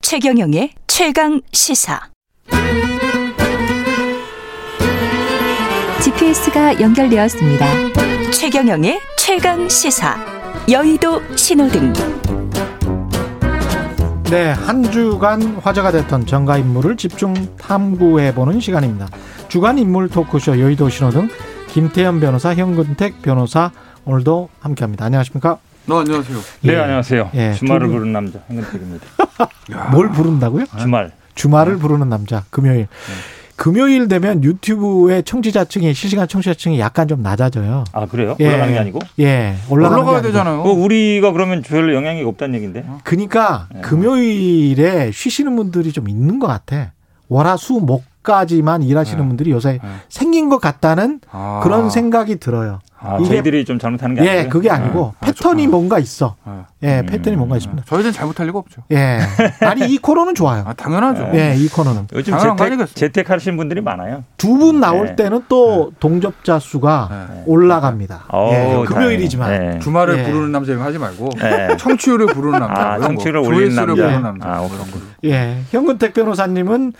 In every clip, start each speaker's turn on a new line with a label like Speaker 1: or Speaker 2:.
Speaker 1: 최경영의 최강 시사.
Speaker 2: GPS가 연결되었습니다.
Speaker 1: 최경영의 최강 시사. 여의도 신호등.
Speaker 3: 네, 한 주간 화제가 됐던 정가 인물을 집중 탐구해 보는 시간입니다. 주간 인물 토크쇼 여의도 신호등 김태현 변호사, 현근택 변호사 오늘도 함께합니다. 안녕하십니까?
Speaker 4: 네, 안녕하세요.
Speaker 3: 예.
Speaker 5: 네, 안녕하세요.
Speaker 3: 예, 두
Speaker 5: 주말을
Speaker 3: 분-
Speaker 5: 부른 남자 한근택입니다.
Speaker 3: 뭘 부른다고요?
Speaker 4: 아.
Speaker 5: 주말.
Speaker 4: 네.
Speaker 3: 주말을 부르는 남자 금요일. 금요일 되면 유튜브의 청취자층이 실시간 청취자층이 약간 좀 낮아져요.
Speaker 5: 아, 그래요? 올라가는 게 아니고?
Speaker 3: 예, 올라가는 게
Speaker 4: 올라가야
Speaker 3: 아니고.
Speaker 4: 되잖아요.
Speaker 5: 어, 우리가 그러면 별 영향이 없다는 얘기인데.
Speaker 4: 어.
Speaker 3: 그러니까
Speaker 5: 네.
Speaker 3: 금요일에 쉬시는 분들이 좀 있는 것 같아. 월화수 목까지만 일하시는
Speaker 4: 네.
Speaker 3: 분들이 요새
Speaker 4: 네.
Speaker 3: 생긴 것 같다는
Speaker 4: 아.
Speaker 3: 그런 생각이 들어요.
Speaker 5: 아,
Speaker 3: 이게-
Speaker 5: 저희들이 좀 잘못하는 게 아니고.
Speaker 3: 예, 그게 아니고
Speaker 4: 아,
Speaker 3: 패턴이
Speaker 4: 좋구나.
Speaker 3: 뭔가 있어.
Speaker 4: 아,
Speaker 3: 예,
Speaker 5: 음.
Speaker 3: 패턴이 뭔가 있습니다.
Speaker 4: 저희들은 잘못할 리가 없죠.
Speaker 3: 예, 아니 이 코너는 좋아요.
Speaker 4: 아, 당연하죠.
Speaker 3: 예, 이 코너는
Speaker 5: 요즘
Speaker 4: 당연한 거 아니겠어요?
Speaker 5: 재택, 재택하시는 분들이 많아요.
Speaker 3: 두 분 나올
Speaker 5: 예.
Speaker 3: 때는 또 동접자 수가
Speaker 4: 예.
Speaker 3: 올라갑니다.
Speaker 5: 어,
Speaker 3: 예,
Speaker 5: 다행이네.
Speaker 3: 금요일이지만
Speaker 5: 예.
Speaker 4: 주말을
Speaker 3: 예.
Speaker 4: 부르는 남자 이거 하지 말고
Speaker 5: 예.
Speaker 4: 청취율을 부르는 남자.
Speaker 5: 아,
Speaker 4: 이런 거.
Speaker 5: 청취를 올리는
Speaker 4: 조회수를
Speaker 5: 남자.
Speaker 4: 부르는 남자.
Speaker 5: 아,
Speaker 4: 그런 거.
Speaker 3: 예, 현근택 변호사님은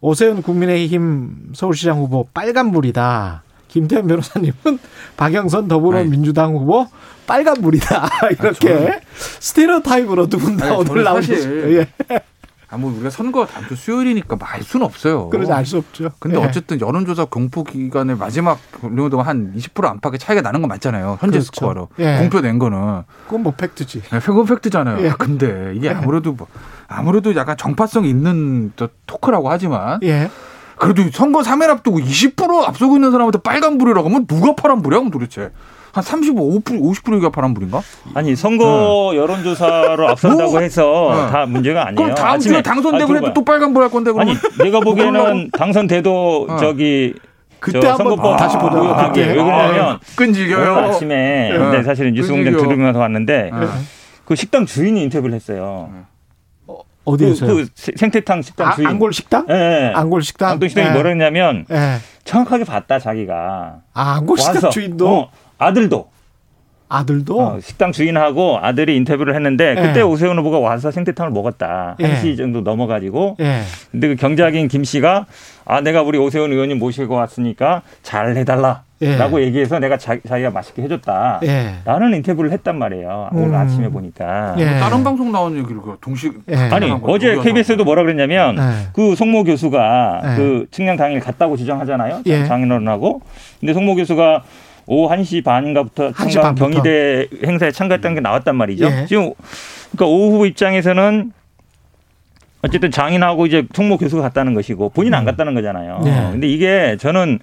Speaker 3: 오세훈 국민의힘 서울시장 후보 빨간불이다. 김태현 변호사님은 박영선 더불어민주당 후보 빨간불이다. 이렇게 스테레오 타입으로 두 분 다
Speaker 4: 아니,
Speaker 3: 오늘
Speaker 4: 저는
Speaker 3: 나오셨어요.
Speaker 4: 사실
Speaker 3: 예,
Speaker 4: 아, 뭐 우리가 선거 다음 주 수요일이니까 말 수는 없어요.
Speaker 3: 그러지 알 수 없죠.
Speaker 4: 근데
Speaker 3: 예.
Speaker 4: 어쨌든 여론조사 공포 기간의 마지막 정도 한20% 안팎의 차이가 나는 건 맞잖아요. 현재
Speaker 3: 그렇죠.
Speaker 4: 스코어로
Speaker 3: 예.
Speaker 4: 공표된 거는
Speaker 3: 그건 뭐 팩트지.
Speaker 4: 네, 그건 팩트잖아요.
Speaker 3: 예.
Speaker 4: 근데 이게 아무래도 뭐, 아무래도 약간 정파성 있는 저 토크라고 하지만
Speaker 3: 예.
Speaker 4: 그래도 선거 3일 앞두고 20% 앞서고 있는 사람한테 빨간불이라고 하면 누가 파란불이야, 그럼 도대체? 한 35, 50%가 파란불인가?
Speaker 5: 아니, 선거 여론조사로 앞선다고
Speaker 4: 어. 뭐?
Speaker 5: 해서
Speaker 4: 네.
Speaker 5: 다 문제가 아니에요.
Speaker 4: 그럼 다음 주에
Speaker 5: 아침에- 아,
Speaker 4: 당선되고 해도
Speaker 5: 들어봐요.
Speaker 4: 또 빨간불 할 건데,
Speaker 5: 아니,
Speaker 4: 그러면? 뭐
Speaker 5: 내가 보기에는
Speaker 4: 그러려고-
Speaker 5: 당선돼도
Speaker 4: 어.
Speaker 5: 저기
Speaker 3: 그때
Speaker 5: 저
Speaker 3: 한번
Speaker 5: 선거법
Speaker 3: 다시 보자고요,
Speaker 5: 아,
Speaker 3: 그때. 어,
Speaker 5: 예. 왜 그러냐면 오늘
Speaker 4: 끈질겨요.
Speaker 5: 아침에
Speaker 4: 예.
Speaker 5: 근데 사실은 뉴스 공장
Speaker 4: 끈질겨.
Speaker 5: 들으면서 왔는데
Speaker 4: 예.
Speaker 5: 그 식당 주인이 인터뷰를 했어요. 그,
Speaker 3: 어디에서요?
Speaker 5: 그 세- 생태탕 식당
Speaker 3: 아,
Speaker 5: 주인.
Speaker 3: 안골 식당?
Speaker 5: 예, 예.
Speaker 3: 안골 식당.
Speaker 5: 안동 식당이
Speaker 3: 예.
Speaker 5: 뭐라 했냐면
Speaker 3: 예.
Speaker 5: 정확하게 봤다 자기가.
Speaker 3: 아, 안골 식당
Speaker 5: 와서
Speaker 3: 주인도
Speaker 5: 어, 아들도
Speaker 3: 아들도
Speaker 5: 어, 식당 주인하고 아들이 인터뷰를 했는데
Speaker 3: 예.
Speaker 5: 그때 오세훈 후보가 와서 생태탕을 먹었다.
Speaker 3: 예.
Speaker 5: 1시 정도 넘어가지고.
Speaker 3: 예.
Speaker 5: 근데 그 경작인 김 씨가 아 내가 우리 오세훈 의원님 모시고 왔으니까 잘 해달라.
Speaker 3: 예.
Speaker 5: 라고 얘기해서 내가 자, 기가 맛있게 해줬다.
Speaker 3: 예.
Speaker 5: 라는 인터뷰를 했단 말이에요.
Speaker 3: 음.
Speaker 5: 오늘 아침에 보니까.
Speaker 3: 예.
Speaker 4: 다른 방송 나온 얘기를 그 동시.
Speaker 3: 예.
Speaker 5: 아니
Speaker 4: 하는 거죠,
Speaker 5: 어제
Speaker 4: 우리가
Speaker 5: KBS에도 뭐라 그랬냐면
Speaker 3: 네.
Speaker 5: 그 송모 교수가
Speaker 3: 네.
Speaker 5: 그 측량 당일 갔다고 주장하잖아요.
Speaker 3: 예.
Speaker 5: 장인어른하고. 근데 송모 교수가 오후 1시 반인가부터
Speaker 3: 한시
Speaker 5: 청강
Speaker 3: 반부터.
Speaker 5: 경희대 행사에 참가했다는 게 나왔단 말이죠.
Speaker 3: 예.
Speaker 5: 지금 그러니까 오후 입장에서는 어쨌든 장인하고 이제 송모 교수가 갔다는 것이고 본인 은안 갔다는 거잖아요.
Speaker 3: 음. 예.
Speaker 5: 근데 이게 저는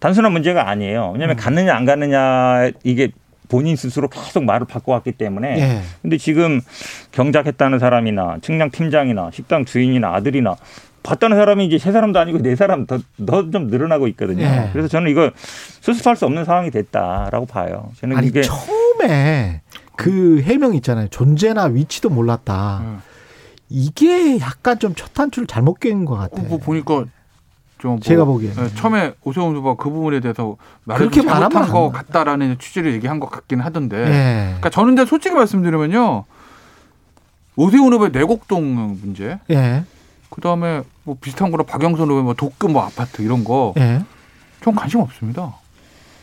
Speaker 5: 단순한 문제가 아니에요. 왜냐하면
Speaker 3: 음.
Speaker 5: 갔느냐 안 갔느냐 이게 본인 스스로 계속 말을 바꿔왔기 때문에
Speaker 3: 예.
Speaker 5: 근데 지금 경작했다는 사람이나 측량 팀장이나 식당 주인이나 아들이나 봤다는 사람이 이제 세 사람도 아니고 네 사람 더좀 늘어나고 있거든요.
Speaker 4: 네.
Speaker 3: 예.
Speaker 5: 그래서 저는 이거 수습할 수 없는 상황이 됐다라고 봐요. 저는
Speaker 3: 아니
Speaker 5: 그러니까 이게
Speaker 3: 처음에 그 해명 있잖아요. 존재나 위치도 몰랐다.
Speaker 4: 음.
Speaker 3: 이게 약간 좀 첫 단추를 잘못 깬 것 같아.
Speaker 4: 어, 뭐 보니까 좀. 뭐
Speaker 3: 네. 제가 보기에는.
Speaker 4: 예, 처음에 오세훈 후보가 그 부분에 대해서 말을
Speaker 3: 그렇게
Speaker 4: 좀 잘못한
Speaker 3: 말하면
Speaker 4: 것
Speaker 3: 안 돼.
Speaker 4: 같다라는 취지를 얘기한 것 같긴 하던데.
Speaker 3: 예.
Speaker 4: 그러니까 저는 근데 솔직히 말씀드리면요. 오세훈 후보의 내곡동 문제,
Speaker 3: 예.
Speaker 4: 그 다음에 뭐 비슷한 거로 박영선 후보의 뭐 독금 뭐 아파트 이런 거,
Speaker 3: 예.
Speaker 4: 전 관심 없습니다.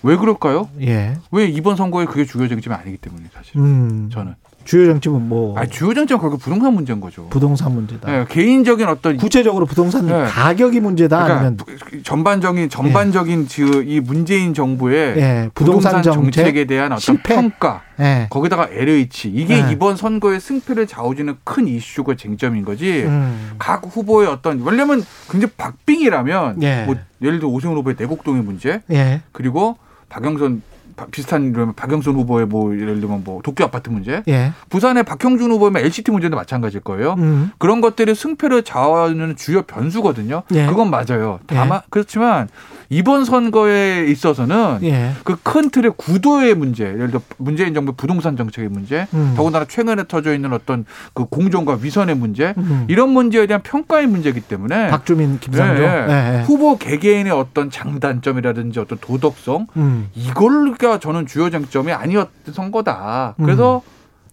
Speaker 4: 왜 그럴까요?
Speaker 3: 예.
Speaker 4: 왜 이번 선거에 그게 주요 쟁점이 아니기 때문에 사실
Speaker 3: 음.
Speaker 4: 저는.
Speaker 3: 주요 정책은 뭐
Speaker 4: 아니, 주요 쟁점 은 결국 부동산 문제인 거죠.
Speaker 3: 부동산 문제다.
Speaker 4: 예, 개인적인 어떤
Speaker 3: 구체적으로 부동산
Speaker 4: 예.
Speaker 3: 가격이 문제다 아니면
Speaker 4: 부- 전반적인 전반적인 지금 이 문재인 정부의
Speaker 3: 예.
Speaker 4: 부동산,
Speaker 3: 부동산, 정책.
Speaker 4: 정책에 대한 어떤
Speaker 3: 실패.
Speaker 4: 평가
Speaker 3: 예.
Speaker 4: 거기다가 LH 이게
Speaker 3: 네.
Speaker 4: 이번 선거의 승패를 좌우지는 큰 이슈고 쟁점인 거지.
Speaker 3: 음.
Speaker 4: 각 후보의 어떤 왜냐면 굉장히 박빙이라면
Speaker 3: 예.
Speaker 4: 뭐 예를 들어 오세훈 후보의 내곡동의 문제
Speaker 3: 예. 그리고
Speaker 4: 그리고 박영선 바- 비슷한 이름 박영선 후보의 뭐 예를 들면 뭐 도쿄 아파트 문제
Speaker 3: 예.
Speaker 4: 부산의 박형준 후보의 LCT 문제도 마찬가지일 거예요.
Speaker 3: 음.
Speaker 4: 그런 것들이 승패를 좌우하는 주요 변수거든요.
Speaker 3: 예.
Speaker 4: 그건 맞아요.
Speaker 3: 예.
Speaker 4: 다만 그렇지만 이번 선거에 있어서는
Speaker 3: 예.
Speaker 4: 그 큰 틀의 구도의 문제, 예를 들어 문재인 정부 의 부동산 정책의 문제,
Speaker 3: 음.
Speaker 4: 더군다나 최근에 터져 있는 어떤 그 공정과 위선의 문제,
Speaker 3: 음.
Speaker 4: 이런 문제에 대한 평가의 문제이기 때문에
Speaker 3: 박주민 김상조.
Speaker 4: 예,
Speaker 3: 예.
Speaker 4: 예.
Speaker 3: 예.
Speaker 4: 후보 개개인의 어떤 장단점이라든지 어떤 도덕성
Speaker 3: 음.
Speaker 4: 이걸가 저는 주요 쟁점이 아니었던 선거다. 그래서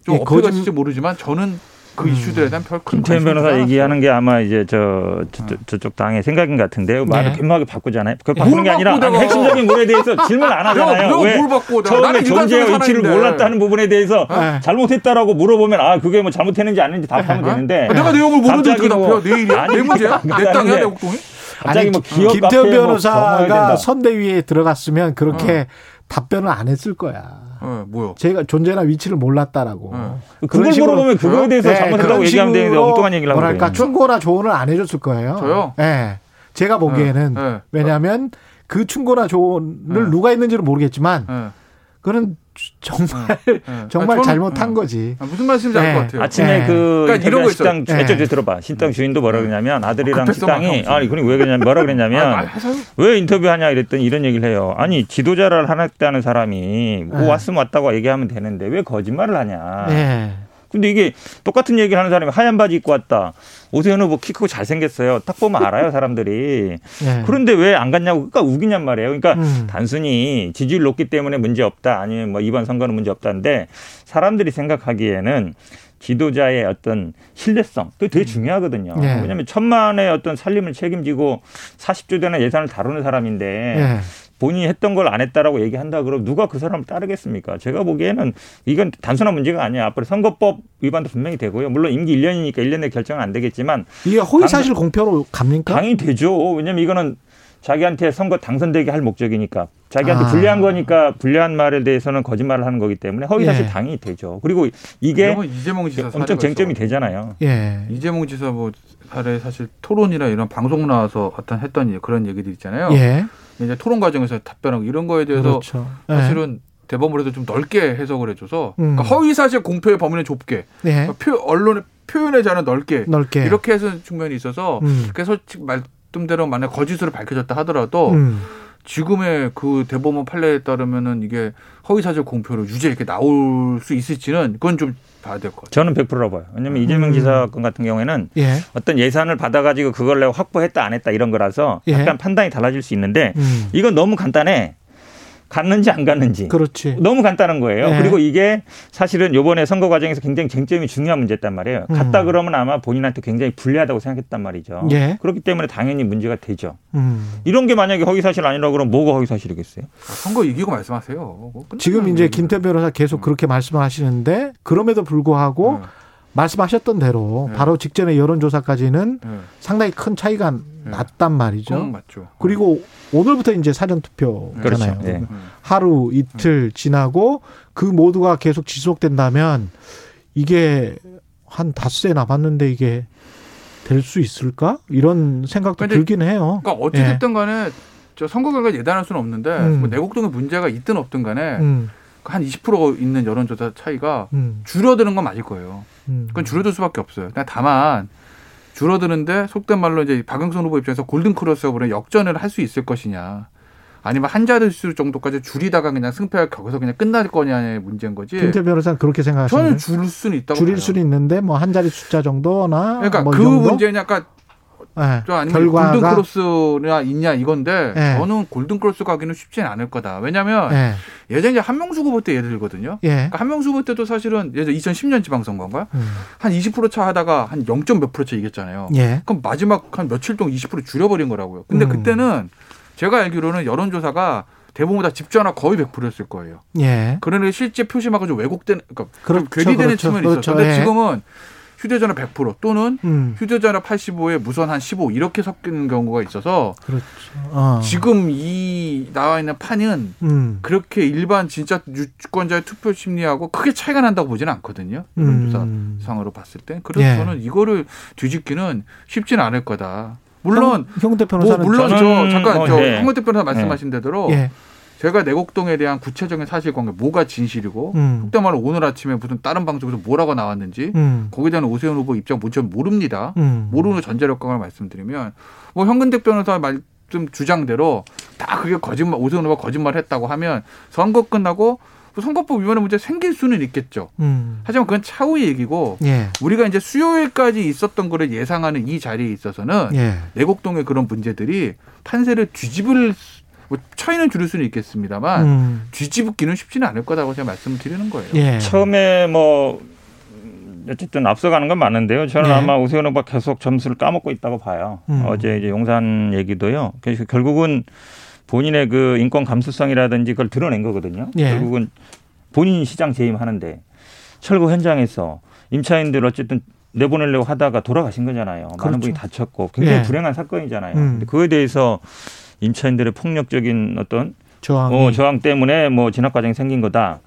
Speaker 5: 음.
Speaker 3: 예,
Speaker 4: 좀
Speaker 3: 거짓-
Speaker 4: 어필했을지 모르지만 저는 그 이슈들에 대한 별큰
Speaker 5: 김태현 변호사
Speaker 4: 관심이 아.
Speaker 5: 얘기하는 게 아마 이제 저, 저, 쪽 당의 생각인 것 같은데요. 말을
Speaker 3: 네.
Speaker 5: 교묘하게 바꾸잖아요. 그걸 바꾸는 게
Speaker 4: 뭘
Speaker 5: 아니라
Speaker 4: 바꾸다가.
Speaker 5: 핵심적인 문에 대해서 질문 안
Speaker 4: 야,
Speaker 5: 하잖아요.
Speaker 4: 내가
Speaker 5: 왜
Speaker 4: 뭘 바꾸고 내가-
Speaker 5: 처음에
Speaker 4: 나는
Speaker 5: 존재의
Speaker 4: 일반
Speaker 5: 위치를
Speaker 4: 사람인데.
Speaker 5: 몰랐다는 부분에 대해서
Speaker 3: 네.
Speaker 5: 잘못했다라고 물어보면 아 그게 뭐 잘못했는지 아닌지 답하면
Speaker 4: 어?
Speaker 5: 되는데
Speaker 4: 아, 내가 내용을 모르는데 어떻게
Speaker 5: 갑자기 뭐-
Speaker 4: 답해요? 내 일이야?
Speaker 5: 아니,
Speaker 4: 내 문제야? 내 땅이야? 내
Speaker 5: 아니,
Speaker 4: 옥동이?
Speaker 5: 갑자기 뭐
Speaker 3: 김-
Speaker 5: 기업
Speaker 3: 김태현
Speaker 5: 카페에 뭐
Speaker 3: 변호사가
Speaker 5: 경호해야 된다.
Speaker 3: 선대위에 들어갔으면 그렇게 답변을 안 했을 거야.
Speaker 4: 어, 뭐요?
Speaker 3: 제가 존재나 위치를 몰랐다라고.
Speaker 4: 어.
Speaker 3: 그런
Speaker 5: 그걸
Speaker 3: 식으로-
Speaker 5: 물어보면 그거에 대해서
Speaker 3: 네,
Speaker 5: 잘못했다고
Speaker 3: 그런
Speaker 5: 얘기하면 되는데
Speaker 3: 식으로
Speaker 5: 엉뚱한 얘기를 하고
Speaker 3: 뭐랄까
Speaker 5: 그래요.
Speaker 3: 충고나 조언을 안 해줬을 거예요. 어.
Speaker 4: 저요?
Speaker 3: 예. 제가 보기에는
Speaker 4: 네, 네.
Speaker 3: 왜냐하면 그 충고나 조언을
Speaker 4: 네.
Speaker 3: 누가 했는지는 모르겠지만
Speaker 4: 예,
Speaker 3: 그는 정말
Speaker 4: 예.
Speaker 3: 정말
Speaker 4: 아, 저는-
Speaker 3: 잘못한
Speaker 4: 예.
Speaker 3: 거지.
Speaker 4: 아, 무슨 말씀인지 알
Speaker 3: 네.
Speaker 4: 것 같아요.
Speaker 5: 아침에
Speaker 3: 예.
Speaker 5: 그
Speaker 4: 그러니까 이런
Speaker 5: 인터뷰한
Speaker 4: 거
Speaker 5: 식당
Speaker 3: 있어요.
Speaker 5: 주저 들어봐. 식당 주인도 뭐라 그러냐면 네. 아들이랑
Speaker 4: 급했어,
Speaker 5: 식당이
Speaker 4: 막상
Speaker 5: 아니 그니 왜 그러냐 뭐라
Speaker 4: 아,
Speaker 5: 그러냐면
Speaker 4: 해서요?
Speaker 5: 왜 인터뷰하냐 이랬더니 이런 얘기를 해요. 아니 지도자를 하겠다는 사람이 뭐
Speaker 3: 네.
Speaker 5: 왔으면 왔다고 얘기하면 되는데 왜 거짓말을
Speaker 4: 아.
Speaker 5: 하냐.
Speaker 3: 예.
Speaker 5: 근데 이게 똑같은 얘기를 하는 사람이 하얀 바지 입고 왔다. 오세훈 후보 키 크고 잘생겼어요. 딱 보면 알아요 사람들이.
Speaker 3: 예.
Speaker 5: 그런데 왜 안 갔냐고 그까 우기냔 말이에요. 그러니까
Speaker 3: 음.
Speaker 5: 단순히 지지율 높기 때문에 문제 없다 아니면 뭐 이번 선거는 문제 없다인데 사람들이 생각하기에는 지도자의 어떤 신뢰성 그게 되게 중요하거든요.
Speaker 3: 예.
Speaker 5: 왜냐하면 천만의 어떤 살림을 책임지고 40조 되는 예산을 다루는 사람인데
Speaker 3: 예.
Speaker 5: 본인이 했던 걸 안 했다라고 얘기한다 그러면 누가 그 사람을 따르겠습니까? 제가 보기에는 이건 단순한 문제가 아니야. 앞으로 선거법 위반도 분명히 되고요. 물론 임기 1년이니까 1년 내 결정은 안 되겠지만
Speaker 3: 이게 허위 사실 공표로 갑니까?
Speaker 5: 당연히 되죠. 왜냐면 이거는 자기한테 선거 당선되게 할 목적이니까 자기한테
Speaker 3: 아.
Speaker 5: 불리한 거니까 불리한 말에 대해서는 거짓말을 하는 거기 때문에 허위사실
Speaker 3: 예.
Speaker 5: 당연히 되죠. 그리고 이게
Speaker 4: 이런 건 이재명 지사
Speaker 5: 엄청
Speaker 4: 사례가
Speaker 5: 쟁점이
Speaker 4: 있어.
Speaker 5: 되잖아요.
Speaker 3: 예.
Speaker 4: 이재명 지사 뭐 사례 사실 토론이나 이런 방송 나와서 어떤 했던 그런 얘기들 있잖아요.
Speaker 3: 예.
Speaker 4: 이제 토론 과정에서 답변하고 이런 거에 대해서
Speaker 3: 그렇죠. 예.
Speaker 4: 사실은 대법원에도 좀 넓게 해석을 해줘서
Speaker 3: 음.
Speaker 4: 그러니까 허위 사실 공표의 범위는 좁게
Speaker 3: 예.
Speaker 4: 그러니까 표, 언론의 표현의 자는 넓게
Speaker 3: 넓게.
Speaker 4: 이렇게 해서 측면이 있어서
Speaker 3: 네. 음.
Speaker 4: 그래서 지금 말씀대로 만약 거짓으로 밝혀졌다 하더라도
Speaker 3: 음.
Speaker 4: 지금의 그 대법원 판례에 따르면은 이게 허위 사실 공표로 유죄 이렇게 나올 수 있을지는 그건 좀 봐야 될 것 같아요.
Speaker 5: 저는 100%라고 봐요. 왜냐면 이재명
Speaker 3: 음.
Speaker 5: 지사 건 같은 경우에는
Speaker 3: 예.
Speaker 5: 어떤 예산을 받아가지고 그걸 내가 확보했다 안 했다 이런 거라서
Speaker 3: 예.
Speaker 5: 약간 판단이 달라질 수 있는데
Speaker 3: 음.
Speaker 5: 이건 너무 간단해. 갔는지 안
Speaker 4: 음.
Speaker 5: 갔는지.
Speaker 3: 그렇지.
Speaker 5: 너무 간단한 거예요.
Speaker 3: 네.
Speaker 5: 그리고 이게 사실은 요번에 선거 과정에서 굉장히 쟁점이 중요한 문제였단 말이에요.
Speaker 3: 음.
Speaker 5: 갔다 그러면 아마 본인한테 굉장히 불리하다고
Speaker 4: 음.
Speaker 5: 생각했단 말이죠.
Speaker 3: 예.
Speaker 5: 그렇기 때문에 당연히 문제가 되죠.
Speaker 3: 음.
Speaker 5: 이런 게 만약에 허위사실 아니라고 그러면 뭐가 허위사실이겠어요?
Speaker 4: 선거 이기고 말씀하세요. 뭐 끝나는
Speaker 3: 지금 이제
Speaker 4: 얘기는.
Speaker 3: 김태 변호사
Speaker 4: 음.
Speaker 3: 계속 그렇게 말씀하시는데 그럼에도 불구하고
Speaker 4: 네.
Speaker 3: 말씀하셨던 대로
Speaker 4: 네.
Speaker 3: 바로 직전에 여론조사까지는
Speaker 4: 네.
Speaker 3: 상당히 큰 차이가
Speaker 4: 음.
Speaker 3: 났단
Speaker 4: 그건
Speaker 3: 말이죠.
Speaker 4: 맞죠.
Speaker 3: 그리고 오늘부터 이제 사전 투표잖아요.
Speaker 5: 그렇죠. 예.
Speaker 4: 음.
Speaker 3: 하루 이틀 지나고 그 모두가 계속 지속된다면 이게 한 닷새 남았는데 이게 될 수 있을까? 이런 생각도
Speaker 4: 근데
Speaker 3: 들긴 해요.
Speaker 4: 그러니까 어찌됐든 간에 저 선거 결과 예단할 수는 없는데
Speaker 3: 예. 음.
Speaker 4: 뭐 내곡동의 문제가 있든 없든 간에
Speaker 3: 음,
Speaker 4: 한 20% 있는 여론조사 차이가
Speaker 3: 음,
Speaker 4: 줄어드는 건 맞을 거예요.
Speaker 3: 음.
Speaker 4: 그건 줄어들 수밖에 없어요. 그냥 다만 줄어드는데 속된 말로 이제 박영선 후보 입장에서 골든 크로스업으로 역전을 할 수 있을 것이냐. 아니면 한자릿수 정도까지 줄이다가 그냥 승패가 격에서 그냥 끝날 거냐의 문제인 거지.
Speaker 3: 김태 변호사는 그렇게 생각하시는
Speaker 4: 저는
Speaker 3: 데
Speaker 4: 줄일 수는 있다고
Speaker 3: 줄일
Speaker 4: 봐요.
Speaker 3: 수는 있는데 뭐 한 자리 숫자 정도나
Speaker 4: 그러니까
Speaker 3: 뭐이
Speaker 4: 그
Speaker 3: 정도?
Speaker 4: 문제냐, 그러니까
Speaker 3: 예,
Speaker 4: 저 아니면 골든
Speaker 3: 결과가
Speaker 4: 크로스냐 있냐 이건데
Speaker 3: 예.
Speaker 4: 저는 골든 크로스 가기는 쉽진 않을 거다. 왜냐하면
Speaker 3: 예,
Speaker 4: 예전에 이제 한명수 후보 때 예를 들거든요.
Speaker 3: 예.
Speaker 4: 그러니까 한명수 후보 때도 사실은 예전 2010년 지방선거인가
Speaker 3: 음,
Speaker 4: 한20%차 하다가 한 0.몇 프로차 이겼잖아요.
Speaker 3: 예.
Speaker 4: 그럼 마지막 한 며칠 동안 20% 줄여버린 거라고요. 근데
Speaker 3: 음.
Speaker 4: 그때는 제가 알기로는 여론조사가 대부분 다 집전화 거의 100%였을 거예요.
Speaker 3: 예.
Speaker 4: 그러니 실제 표심하고 좀 왜곡된, 그러니까
Speaker 3: 그렇죠.
Speaker 4: 좀 괴리되는
Speaker 3: 그렇죠.
Speaker 4: 측면이
Speaker 3: 그렇죠.
Speaker 4: 있었어요. 근데
Speaker 3: 예.
Speaker 4: 지금은 휴대전화 100% 또는
Speaker 3: 음,
Speaker 4: 휴대전화 85에 무선 한 15 이렇게 섞이는 경우가 있어서
Speaker 3: 그렇죠. 어.
Speaker 4: 지금 이 나와 있는 판은
Speaker 3: 음,
Speaker 4: 그렇게 일반 진짜 유권자의 투표 심리하고 크게 차이가 난다고 보지는 않거든요.
Speaker 3: 음.
Speaker 4: 여론조사상으로 봤을 때. 그래서
Speaker 3: 예.
Speaker 4: 저는 이거를 뒤집기는 쉽진 않을 거다. 물론
Speaker 3: 형- 형대
Speaker 4: 뭐
Speaker 3: 변호사는
Speaker 4: 물론 저
Speaker 5: 저는
Speaker 4: 잠깐
Speaker 5: 뭐,
Speaker 4: 저
Speaker 5: 예.
Speaker 4: 황건태 변호사 말씀하신 대로
Speaker 3: 예.
Speaker 4: 제가 내곡동에 대한 구체적인 사실관계 뭐가 진실이고
Speaker 3: 음.
Speaker 4: 속된 말로 오늘 아침에 무슨 다른 방송에서 뭐라고 나왔는지
Speaker 3: 음.
Speaker 4: 거기에 대한 오세훈 후보 입장 뭐 전 모릅니다.
Speaker 3: 음.
Speaker 4: 모르는 전자력강을 말씀드리면 뭐 현근택 변호사 말씀 주장대로 다 그게 거짓말 오세훈 후보가 거짓말했다고 하면 선거 끝나고 뭐 선거법 위반의 문제 생길 수는 있겠죠.
Speaker 3: 음.
Speaker 4: 하지만 그건 차후의 얘기고
Speaker 3: 예.
Speaker 4: 우리가 이제 수요일까지 있었던 거를 예상하는 이 자리에 있어서는
Speaker 3: 예.
Speaker 4: 내곡동의 그런 문제들이 판세를 뒤집을 수- 뭐 차이는 줄일 수는 있겠습니다만
Speaker 3: 음.
Speaker 4: 뒤집기는 쉽지는 않을 거라고 제가 말씀드리는 거예요.
Speaker 3: 예.
Speaker 5: 처음에 뭐 어쨌든 앞서가는 건 맞는데요. 저는
Speaker 3: 네.
Speaker 5: 아마 우세현 후보 계속 점수를 까먹고 있다고 봐요.
Speaker 3: 음.
Speaker 5: 어제 이제 용산 얘기도요. 그래서 결국은 본인의 그 인권 감수성이라든지 그걸 드러낸 거거든요.
Speaker 3: 예.
Speaker 5: 결국은 본인 시장 재임하는데 철거 현장에서 임차인들 어쨌든 내보내려고 하다가 돌아가신 거잖아요.
Speaker 3: 그렇죠.
Speaker 5: 많은 분이 다쳤고 굉장히
Speaker 3: 예.
Speaker 5: 불행한 사건이잖아요.
Speaker 3: 음.
Speaker 5: 근데 그거에 대해서 임차인들의 폭력적인 어떤
Speaker 3: 저항이
Speaker 5: 어, 저항 때문에 뭐 진압 과정이 생긴 거다.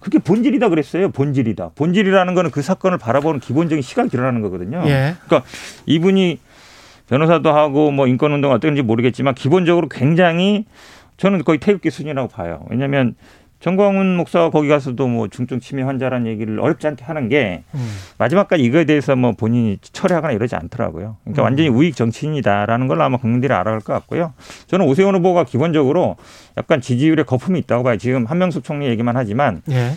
Speaker 5: 그게 본질이다 그랬어요. 본질이다. 본질이라는 거는 그 사건을 바라보는 기본적인 시각이라는 거거든요.
Speaker 3: 예.
Speaker 5: 이분이 변호사도 하고 뭐 인권 운동 어떤지 모르겠지만 기본적으로 굉장히 저는 거의 태극기 수준이라고 봐요. 왜냐하면 정광훈 목사가 거기 가서도 뭐 중증 치매 환자라는 얘기를 어렵지 않게 하는 게
Speaker 3: 음.
Speaker 5: 마지막까지 이거에 대해서 뭐 본인이 철회하거나 이러지 않더라고요.
Speaker 3: 음.
Speaker 5: 그러니까 완전히 우익 정치인이다라는 걸 아마 국민들이 알아갈 것 같고요. 저는 오세훈 후보가 기본적으로 약간 지지율에 거품이 있다고 봐요. 지금 한명숙 총리 얘기만 하지만
Speaker 3: 예.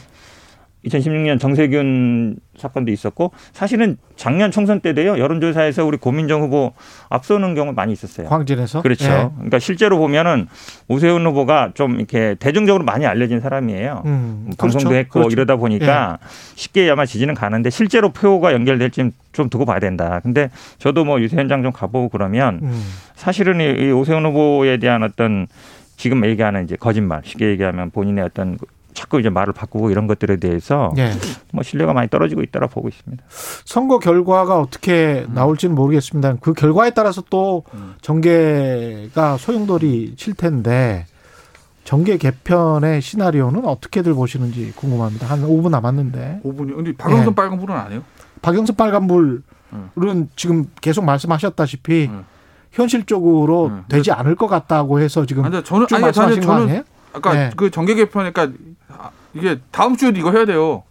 Speaker 5: 2016년 정세균 사건도 있었고 사실은 작년 총선 때도요. 여론조사에서 우리 고민정 후보 앞서는 경우 많이 있었어요.
Speaker 3: 광진에서
Speaker 5: 그렇죠.
Speaker 3: 예.
Speaker 5: 그러니까 실제로 보면은 오세훈 후보가 좀 이렇게 대중적으로 많이 알려진 사람이에요.
Speaker 3: 음.
Speaker 5: 방송도
Speaker 3: 그렇죠.
Speaker 5: 했고
Speaker 3: 그렇죠.
Speaker 5: 이러다 보니까 쉽게 아마 지지는 가는데 실제로 표가 연결될지 좀 두고 봐야 된다. 근데 저도 뭐 유세 현장 좀 가보고 그러면
Speaker 3: 음.
Speaker 5: 사실은 이- 이 오세훈 후보에 대한 어떤 지금 얘기하는 이제 거짓말 쉽게 얘기하면 본인의 어떤 자꾸 이제 말을 바꾸고 이런 것들에 대해서
Speaker 3: 예.
Speaker 5: 뭐 신뢰가 많이 떨어지고 있다라 보고 있습니다.
Speaker 3: 선거 결과가 어떻게
Speaker 5: 음.
Speaker 3: 나올지는 모르겠습니다. 그 결과에 따라서 또
Speaker 4: 음.
Speaker 3: 정계가 소용돌이 칠 텐데 정계 개편의 시나리오는 어떻게들 보시는지 궁금합니다. 한 5분 남았는데
Speaker 4: 5분이. 근데 박영선
Speaker 3: 예.
Speaker 4: 빨간불은 안 해요?
Speaker 3: 박영수 빨간불은 지금 계속 말씀하셨다시피
Speaker 4: 음.
Speaker 3: 현실적으로
Speaker 4: 음.
Speaker 3: 되지 않을 것 같다고 해서 지금
Speaker 4: 아니, 저는
Speaker 3: 쭉 음.
Speaker 4: 아니
Speaker 3: 말씀하신
Speaker 4: 저는
Speaker 3: 거
Speaker 4: 저는
Speaker 3: 아니에요?
Speaker 4: 아까
Speaker 3: 네.
Speaker 4: 그 정계 개편 그러니까 아, 이게 다음 주에 이거 해야 돼요.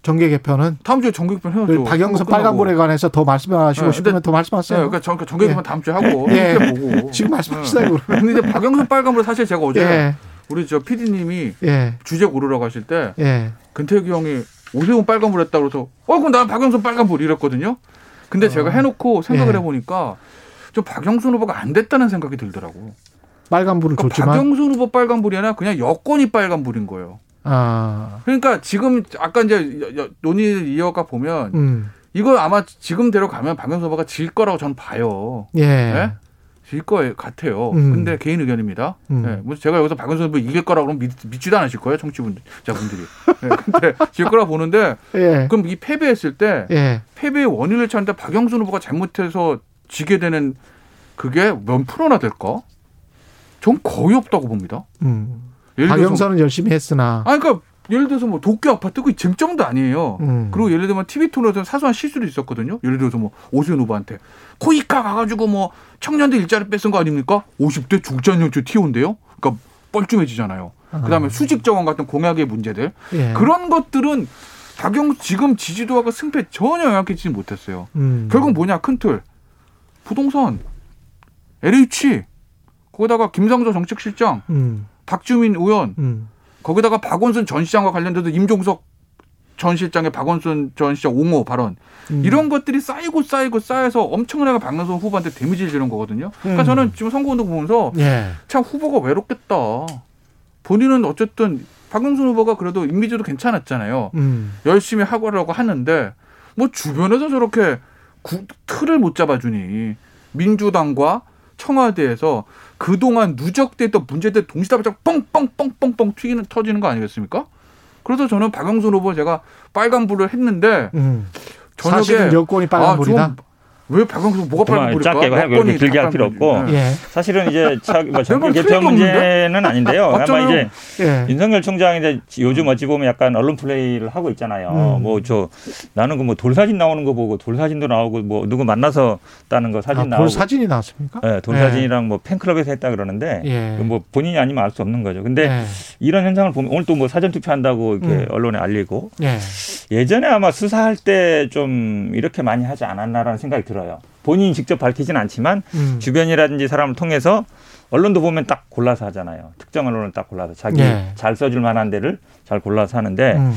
Speaker 3: 정계 개편은
Speaker 4: 다음 주에 정계 개편
Speaker 3: 그
Speaker 4: 해야죠.
Speaker 3: 박영수
Speaker 4: 끝나고.
Speaker 3: 빨간불에 관해서 더 말씀하시고
Speaker 4: 네,
Speaker 3: 싶으면
Speaker 4: 근데-
Speaker 3: 더
Speaker 4: 네,
Speaker 3: 말씀하세요.
Speaker 4: 그러니까 정, 그러니까 정계 개편 다음 주에 하고
Speaker 3: 예.
Speaker 4: 이렇게 보고.
Speaker 3: 지금 말씀하시다
Speaker 4: 네.
Speaker 3: 요
Speaker 4: 근데 박영선 빨간불 사실 제가 어제
Speaker 3: 예,
Speaker 4: 우리 저 PD님이
Speaker 3: 예,
Speaker 4: 주제 고르라고 하실 때
Speaker 3: 예.
Speaker 4: 근태규 형이 오세훈 빨간불 했다고 그래서 어 그럼 난 박영선 빨간불 이랬거든요. 근데
Speaker 3: 어.
Speaker 4: 제가 해놓고 생각을
Speaker 3: 예.
Speaker 4: 해보니까 좀 박영선 후보가 안 됐다는 생각이 들더라고.
Speaker 3: 빨간불은
Speaker 4: 그러니까
Speaker 3: 좋지만
Speaker 4: 박영선 후보 빨간불이 아니라 그냥 여권이 빨간불인 거예요.
Speaker 3: 아,
Speaker 4: 그러니까 지금 아까 이제 여- 여- 논의를 이어가 보면
Speaker 3: 음,
Speaker 4: 이거 아마 지금대로 가면 박영선 후보가 질 거라고 저는 봐요.
Speaker 3: 예,
Speaker 4: 예? 질 거예요 같아요.
Speaker 3: 음.
Speaker 4: 근데 개인 의견입니다.
Speaker 3: 음.
Speaker 4: 예, 뭐 제가 여기서 박영선 후보 이길 거라고 그러면 믿, 믿지도 않으실 거예요, 청취분들, 자분들이. 예, 근데 질 거라고 보는데
Speaker 3: 예,
Speaker 4: 그럼 이 패배했을 때
Speaker 3: 예,
Speaker 4: 패배의 원인을 찾는데 박영선 후보가 잘못해서 지게 되는 그게 몇 프로나 될까? 전 거의 없다고 봅니다.
Speaker 3: 음.
Speaker 4: 예를 들어서
Speaker 3: 박영선은 열심히 했으나,
Speaker 4: 아니 그러니까 예를 들어서 뭐 도쿄 아파트 그 쟁점도 아니에요.
Speaker 3: 음,
Speaker 4: 그리고 예를 들면 TV 토론에서 사소한 실수도 있었거든요. 예를 들어서 뭐 오세훈 후보한테 코이카 가가지고 뭐 청년들 일자리 뺏은 거 아닙니까? 50대 중장년주 티온데요. 그러니까 뻘쭘해지잖아요. 그다음에 수직 정원 같은 공약의 문제들
Speaker 3: 예,
Speaker 4: 그런 것들은 박영 지금 지지도하고 승패 전혀 영향 끼치지 못했어요.
Speaker 3: 음,
Speaker 4: 결국 뭐냐 큰틀 부동산 LH 거기다가 김상조 정책실장
Speaker 3: 음,
Speaker 4: 박주민 의원
Speaker 3: 음,
Speaker 4: 거기다가 박원순 전 시장과 관련돼서 임종석 전 실장의 박원순 전 시장 옹호 발언
Speaker 3: 음.
Speaker 4: 이런 것들이 쌓이고 쌓이고 쌓여서 엄청나게 박영선 후보한테 데미지를 주는 거거든요. 그러니까
Speaker 3: 음.
Speaker 4: 저는 지금 선거운동 보면서
Speaker 3: 예,
Speaker 4: 참 후보가 외롭겠다. 본인은 어쨌든 박영선 후보가 그래도 이미지도 괜찮았잖아요.
Speaker 3: 음,
Speaker 4: 열심히 하고라고 하는데 뭐 주변에서 저렇게 구- 틀을 못 잡아주니 민주당과 청와대에서 그동안 누적됐던 문제들 동시다발적 뻥뻥뻥뻥뻥 튀기는 터지는 거 아니겠습니까? 그래서 저는 박영선 후보 제가 빨간불을 했는데
Speaker 3: 음.
Speaker 4: 저녁에
Speaker 3: 사실은 여권이 빨간불이다.
Speaker 4: 아, 좀왜 박영선 후보 뭐가
Speaker 5: 그만
Speaker 4: 빨간불일까?
Speaker 5: 짧게 하고 이렇게
Speaker 4: 여권이
Speaker 5: 길게 할 필요
Speaker 4: 빨간불이지.
Speaker 5: 없고.
Speaker 4: 네.
Speaker 3: 예,
Speaker 5: 사실은 이제 자- 뭐 정권
Speaker 4: 별로
Speaker 5: 개편
Speaker 4: 틀린 게 없는데?
Speaker 5: 문제는 아닌데요. 아마
Speaker 4: 맞잖아요.
Speaker 5: 이제
Speaker 3: 예,
Speaker 5: 윤석열 총장이 이제 요즘 어찌 보면 약간 언론 플레이를 하고 있잖아요.
Speaker 3: 음.
Speaker 5: 뭐 저 나는 그 뭐 돌사진 나오는 거 보고 돌사진도 나오고 뭐 누구 만나서 따는 거 사진
Speaker 3: 아,
Speaker 5: 나오고.
Speaker 3: 볼 사진이 나왔습니까?
Speaker 5: 예, 돌사진이랑 뭐 팬클럽에서 했다 그러는데
Speaker 3: 예,
Speaker 5: 그뭐 본인이 아니면 알 수 없는 거죠. 근데
Speaker 3: 예,
Speaker 5: 이런 현상을 보면 오늘 또 뭐 사전 투표한다고 이렇게
Speaker 3: 음.
Speaker 5: 언론에 알리고
Speaker 3: 예,
Speaker 5: 예전에 아마 수사할 때 좀 이렇게 많이 하지 않았나라는 생각이 들어요. 본인이 직접 밝히진 않지만
Speaker 3: 음,
Speaker 5: 주변이라든지 사람을 통해서 언론도 보면 딱 골라서 하잖아요. 특정 언론을 딱 골라서 자기
Speaker 3: 예.
Speaker 5: 잘 써줄 만한 데를 잘 골라서 하는데
Speaker 3: 음.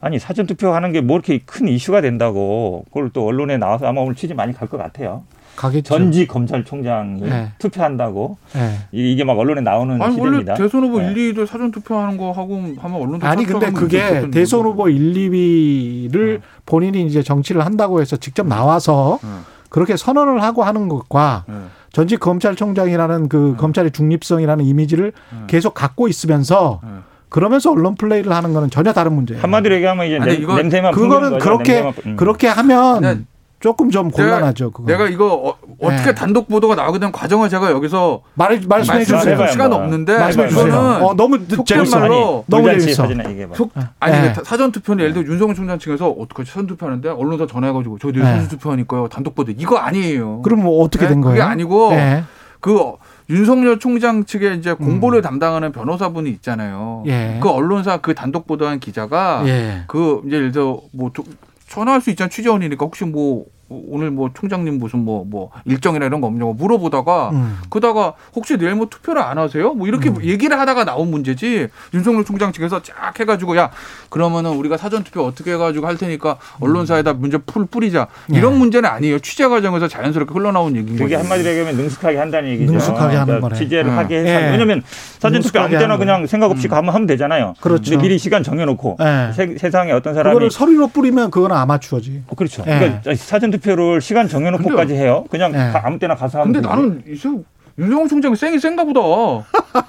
Speaker 5: 아니 사전 투표하는 게 뭐 이렇게 큰 이슈가 된다고 그걸 또 언론에 나와서 아마 오늘 취재 많이 갈 것 같아요.
Speaker 3: 가겠죠.
Speaker 5: 전직 검찰총장이
Speaker 3: 그렇죠. 네.
Speaker 5: 투표한다고
Speaker 3: 네.
Speaker 5: 이- 이게 막 언론에 나오는
Speaker 4: 아니 원래
Speaker 5: 시대입니다.
Speaker 4: 대선 후보
Speaker 5: 음, 네.
Speaker 4: 1, 2도 사전 투표하는 거 하고 하면 언론도
Speaker 3: 아니 근데
Speaker 4: 선출하면
Speaker 3: 그게
Speaker 4: 좋겠던데.
Speaker 3: 대선 후보 1, 2위를
Speaker 5: 네.
Speaker 3: 본인이 이제 정치를 한다고 해서 직접 나와서
Speaker 4: 네.
Speaker 3: 그렇게 선언을 하고 하는 것과
Speaker 4: 네.
Speaker 3: 전직 검찰총장이라는 그
Speaker 5: 네.
Speaker 3: 검찰의 중립성이라는 이미지를
Speaker 4: 네.
Speaker 3: 계속 갖고 있으면서
Speaker 4: 네.
Speaker 3: 그러면서 언론 플레이를 하는 거는 전혀 다른 문제예요.
Speaker 5: 한마디로 얘기하면 이제
Speaker 4: 아니,
Speaker 5: 냄-
Speaker 4: 이거-
Speaker 5: 냄새만
Speaker 3: 그거는
Speaker 5: 풍기는 거죠.
Speaker 3: 그렇게-
Speaker 5: 냄새만 풍- 음.
Speaker 3: 그렇게
Speaker 4: 그냥
Speaker 3: 하면 조금 좀
Speaker 4: 내가-
Speaker 3: 곤란하죠. 그거
Speaker 4: 네. 내가 이거 어, 떻게
Speaker 3: 네.
Speaker 4: 단독 보도가 나오게 된 과정을 제가 여기서
Speaker 3: 말 말씀해
Speaker 5: 말씀하세요.
Speaker 3: 주세요.
Speaker 5: 해봐요,
Speaker 4: 시간
Speaker 5: 한번.
Speaker 4: 없는데
Speaker 3: 말씀해 주세요.
Speaker 4: 이거는
Speaker 3: 어, 너무
Speaker 4: 속된
Speaker 3: 재밌어.
Speaker 4: 말로
Speaker 3: 음. 너무
Speaker 5: 돌잔치
Speaker 3: 재밌어.
Speaker 5: 사진이나 얘기해봐.
Speaker 4: 속 아니 그
Speaker 3: 네.
Speaker 4: 다- 사전 투표는 예를 들어 윤석열 총장 측에서 어떡하지 사전 투표하는데 언론사 전화해가지고 저희들이
Speaker 3: 네.
Speaker 4: 사전 투표하니까요 단독 보도 이거 아니에요.
Speaker 3: 그럼 뭐 어떻게
Speaker 4: 네?
Speaker 3: 된 거예요?
Speaker 4: 그게 아니고
Speaker 3: 예.
Speaker 4: 그 어, 윤석열 총장 측에 이제 공보를 담당하는 변호사분이 있잖아요.
Speaker 3: 음. 예.
Speaker 4: 그 언론사 그 단독 보도한 기자가
Speaker 3: 예.
Speaker 4: 그 이제 예를 들어 뭐 도- 전화할 수 있잖아 취재원이니까 혹시 뭐 오늘 뭐 총장님 무슨 뭐 뭐 일정이나 이런 거 없냐고 물어보다가
Speaker 3: 음.
Speaker 4: 그러다가 혹시 내일 뭐 투표를 안 하세요? 뭐 이렇게
Speaker 5: 음.
Speaker 4: 얘기를 하다가 나온 문제지 윤석열 총장 측에서 쫙 해가지고 야 그러면은 우리가 사전 투표 어떻게 해가지고 할 테니까
Speaker 5: 음.
Speaker 4: 언론사에다 문제 풀 뿌리자 이런 문제는 아니에요 취재 과정에서 자연스럽게 흘러나온 얘기인 거죠.
Speaker 5: 그게 예. 한마디로 얘기하면 능숙하게 한다는 얘기죠.
Speaker 3: 네.
Speaker 5: 그러니까
Speaker 3: 능숙하게 하는 거네.
Speaker 5: 취재를
Speaker 4: 음.
Speaker 5: 하게 해서
Speaker 3: 예.
Speaker 5: 왜냐면 사전 투표 아무
Speaker 3: 능숙하게
Speaker 5: 때나
Speaker 3: 하는 음.
Speaker 5: 그냥 생각 없이 가면 하면 되잖아요.
Speaker 3: 그렇죠.
Speaker 5: 근데 미리 시간 정해놓고
Speaker 3: 예.
Speaker 5: 세, 세상에 어떤 사람이
Speaker 3: 그거를 서류로 뿌리면 그건 아마추어지.
Speaker 5: 어, 그렇죠.
Speaker 3: 예.
Speaker 5: 그러니까 사전 투표를 시간 정해놓고까지 해요. 그냥
Speaker 3: 예.
Speaker 5: 가- 아무 때나 가서 하면
Speaker 4: 근데
Speaker 5: 되지.
Speaker 4: 나는 이제 윤석열 총장이 쌩이 센가 보다.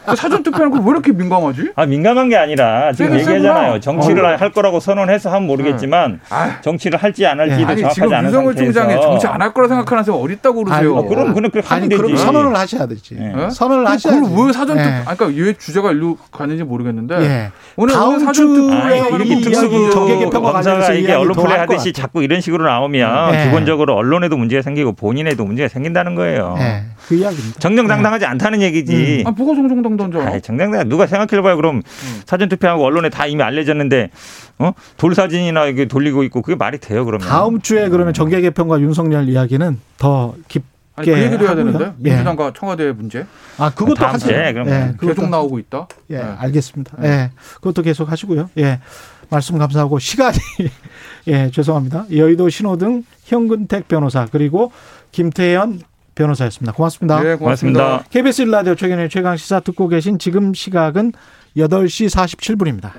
Speaker 4: 그 사전 투표하는 거 왜 이렇게 민감하지?
Speaker 5: 아 민감한 게 아니라 지금
Speaker 3: 네,
Speaker 4: 세게 세구나.
Speaker 5: 얘기하잖아요. 정치를
Speaker 4: 어.
Speaker 5: 할 거라고 선언해서 하면 모르겠지만
Speaker 3: 네.
Speaker 4: 아,
Speaker 5: 정치를 할지 안 할지도
Speaker 4: 아니
Speaker 5: 정확하지
Speaker 4: 지금
Speaker 5: 않은
Speaker 4: 윤석열
Speaker 5: 상태에서.
Speaker 4: 총장이 정치 안 할 거라 생각하는 사람 어딨다고
Speaker 3: 아이고,
Speaker 4: 그러세요.
Speaker 5: 어, 그럼 그냥 그렇게 하면
Speaker 3: 아니
Speaker 5: 되지.
Speaker 3: 그럼 선언을 하셔야 되지. 네.
Speaker 5: 예.
Speaker 4: 예?
Speaker 3: 선언을
Speaker 4: 그럼
Speaker 3: 하셔야지.
Speaker 4: 그걸 왜 사전 투표?
Speaker 3: 예.
Speaker 4: 아니, 그러니까 왜 주제가 일로 가는지 모르겠는데
Speaker 3: 예.
Speaker 4: 오늘
Speaker 3: 다음
Speaker 4: 오늘 사전 투표
Speaker 3: 주에
Speaker 4: 아니,
Speaker 3: 네, 이
Speaker 4: 이렇게
Speaker 3: 이야기
Speaker 4: 특수부
Speaker 3: 정계 개편과 관련해서
Speaker 5: 검사가 이게
Speaker 3: 이야기
Speaker 5: 언론
Speaker 3: 더
Speaker 5: 플레이
Speaker 3: 할것
Speaker 5: 하듯이 자꾸 이런 식으로 나오면
Speaker 3: 예.
Speaker 5: 기본적으로 언론에도 문제가 생기고 본인에도 문제가 생긴다는 거예요.
Speaker 3: 예.
Speaker 4: 어.
Speaker 3: 그 이야기입니다.
Speaker 5: 정정당당하지 않다는 얘기지.
Speaker 3: 음.
Speaker 4: 아, 뭐가 정정당 던져?
Speaker 5: 아이, 정당당 누가 생각해봐요. 그럼 사전 투표하고 언론에 다 이미 알려졌는데 어? 돌 사진이나 이게 돌리고 있고 그게 말이 돼요 그러면?
Speaker 3: 다음 주에 그러면 정계 개편과 윤석열 이야기는 더 깊.
Speaker 4: 아니, 그 얘기도 해야
Speaker 3: 하고요.
Speaker 4: 되는데
Speaker 3: 예.
Speaker 4: 민주당과 청와대 문제
Speaker 3: 아 그것도
Speaker 5: 다음
Speaker 3: 하세요.
Speaker 5: 주에 그럼
Speaker 3: 예, 그것도
Speaker 4: 계속 나오고 있다.
Speaker 3: 예,
Speaker 4: 네.
Speaker 3: 알겠습니다. 예, 그것도 계속 하시고요. 예, 말씀 감사하고 시간이 예 죄송합니다. 여의도 신호등 현근택 변호사 그리고 김태현 변호사였습니다. 고맙습니다.
Speaker 4: 네,
Speaker 5: 고맙습니다.
Speaker 3: KBS 1라디오 최경의 최강 시사 듣고 계신 지금 시각은 8시 47분입니다.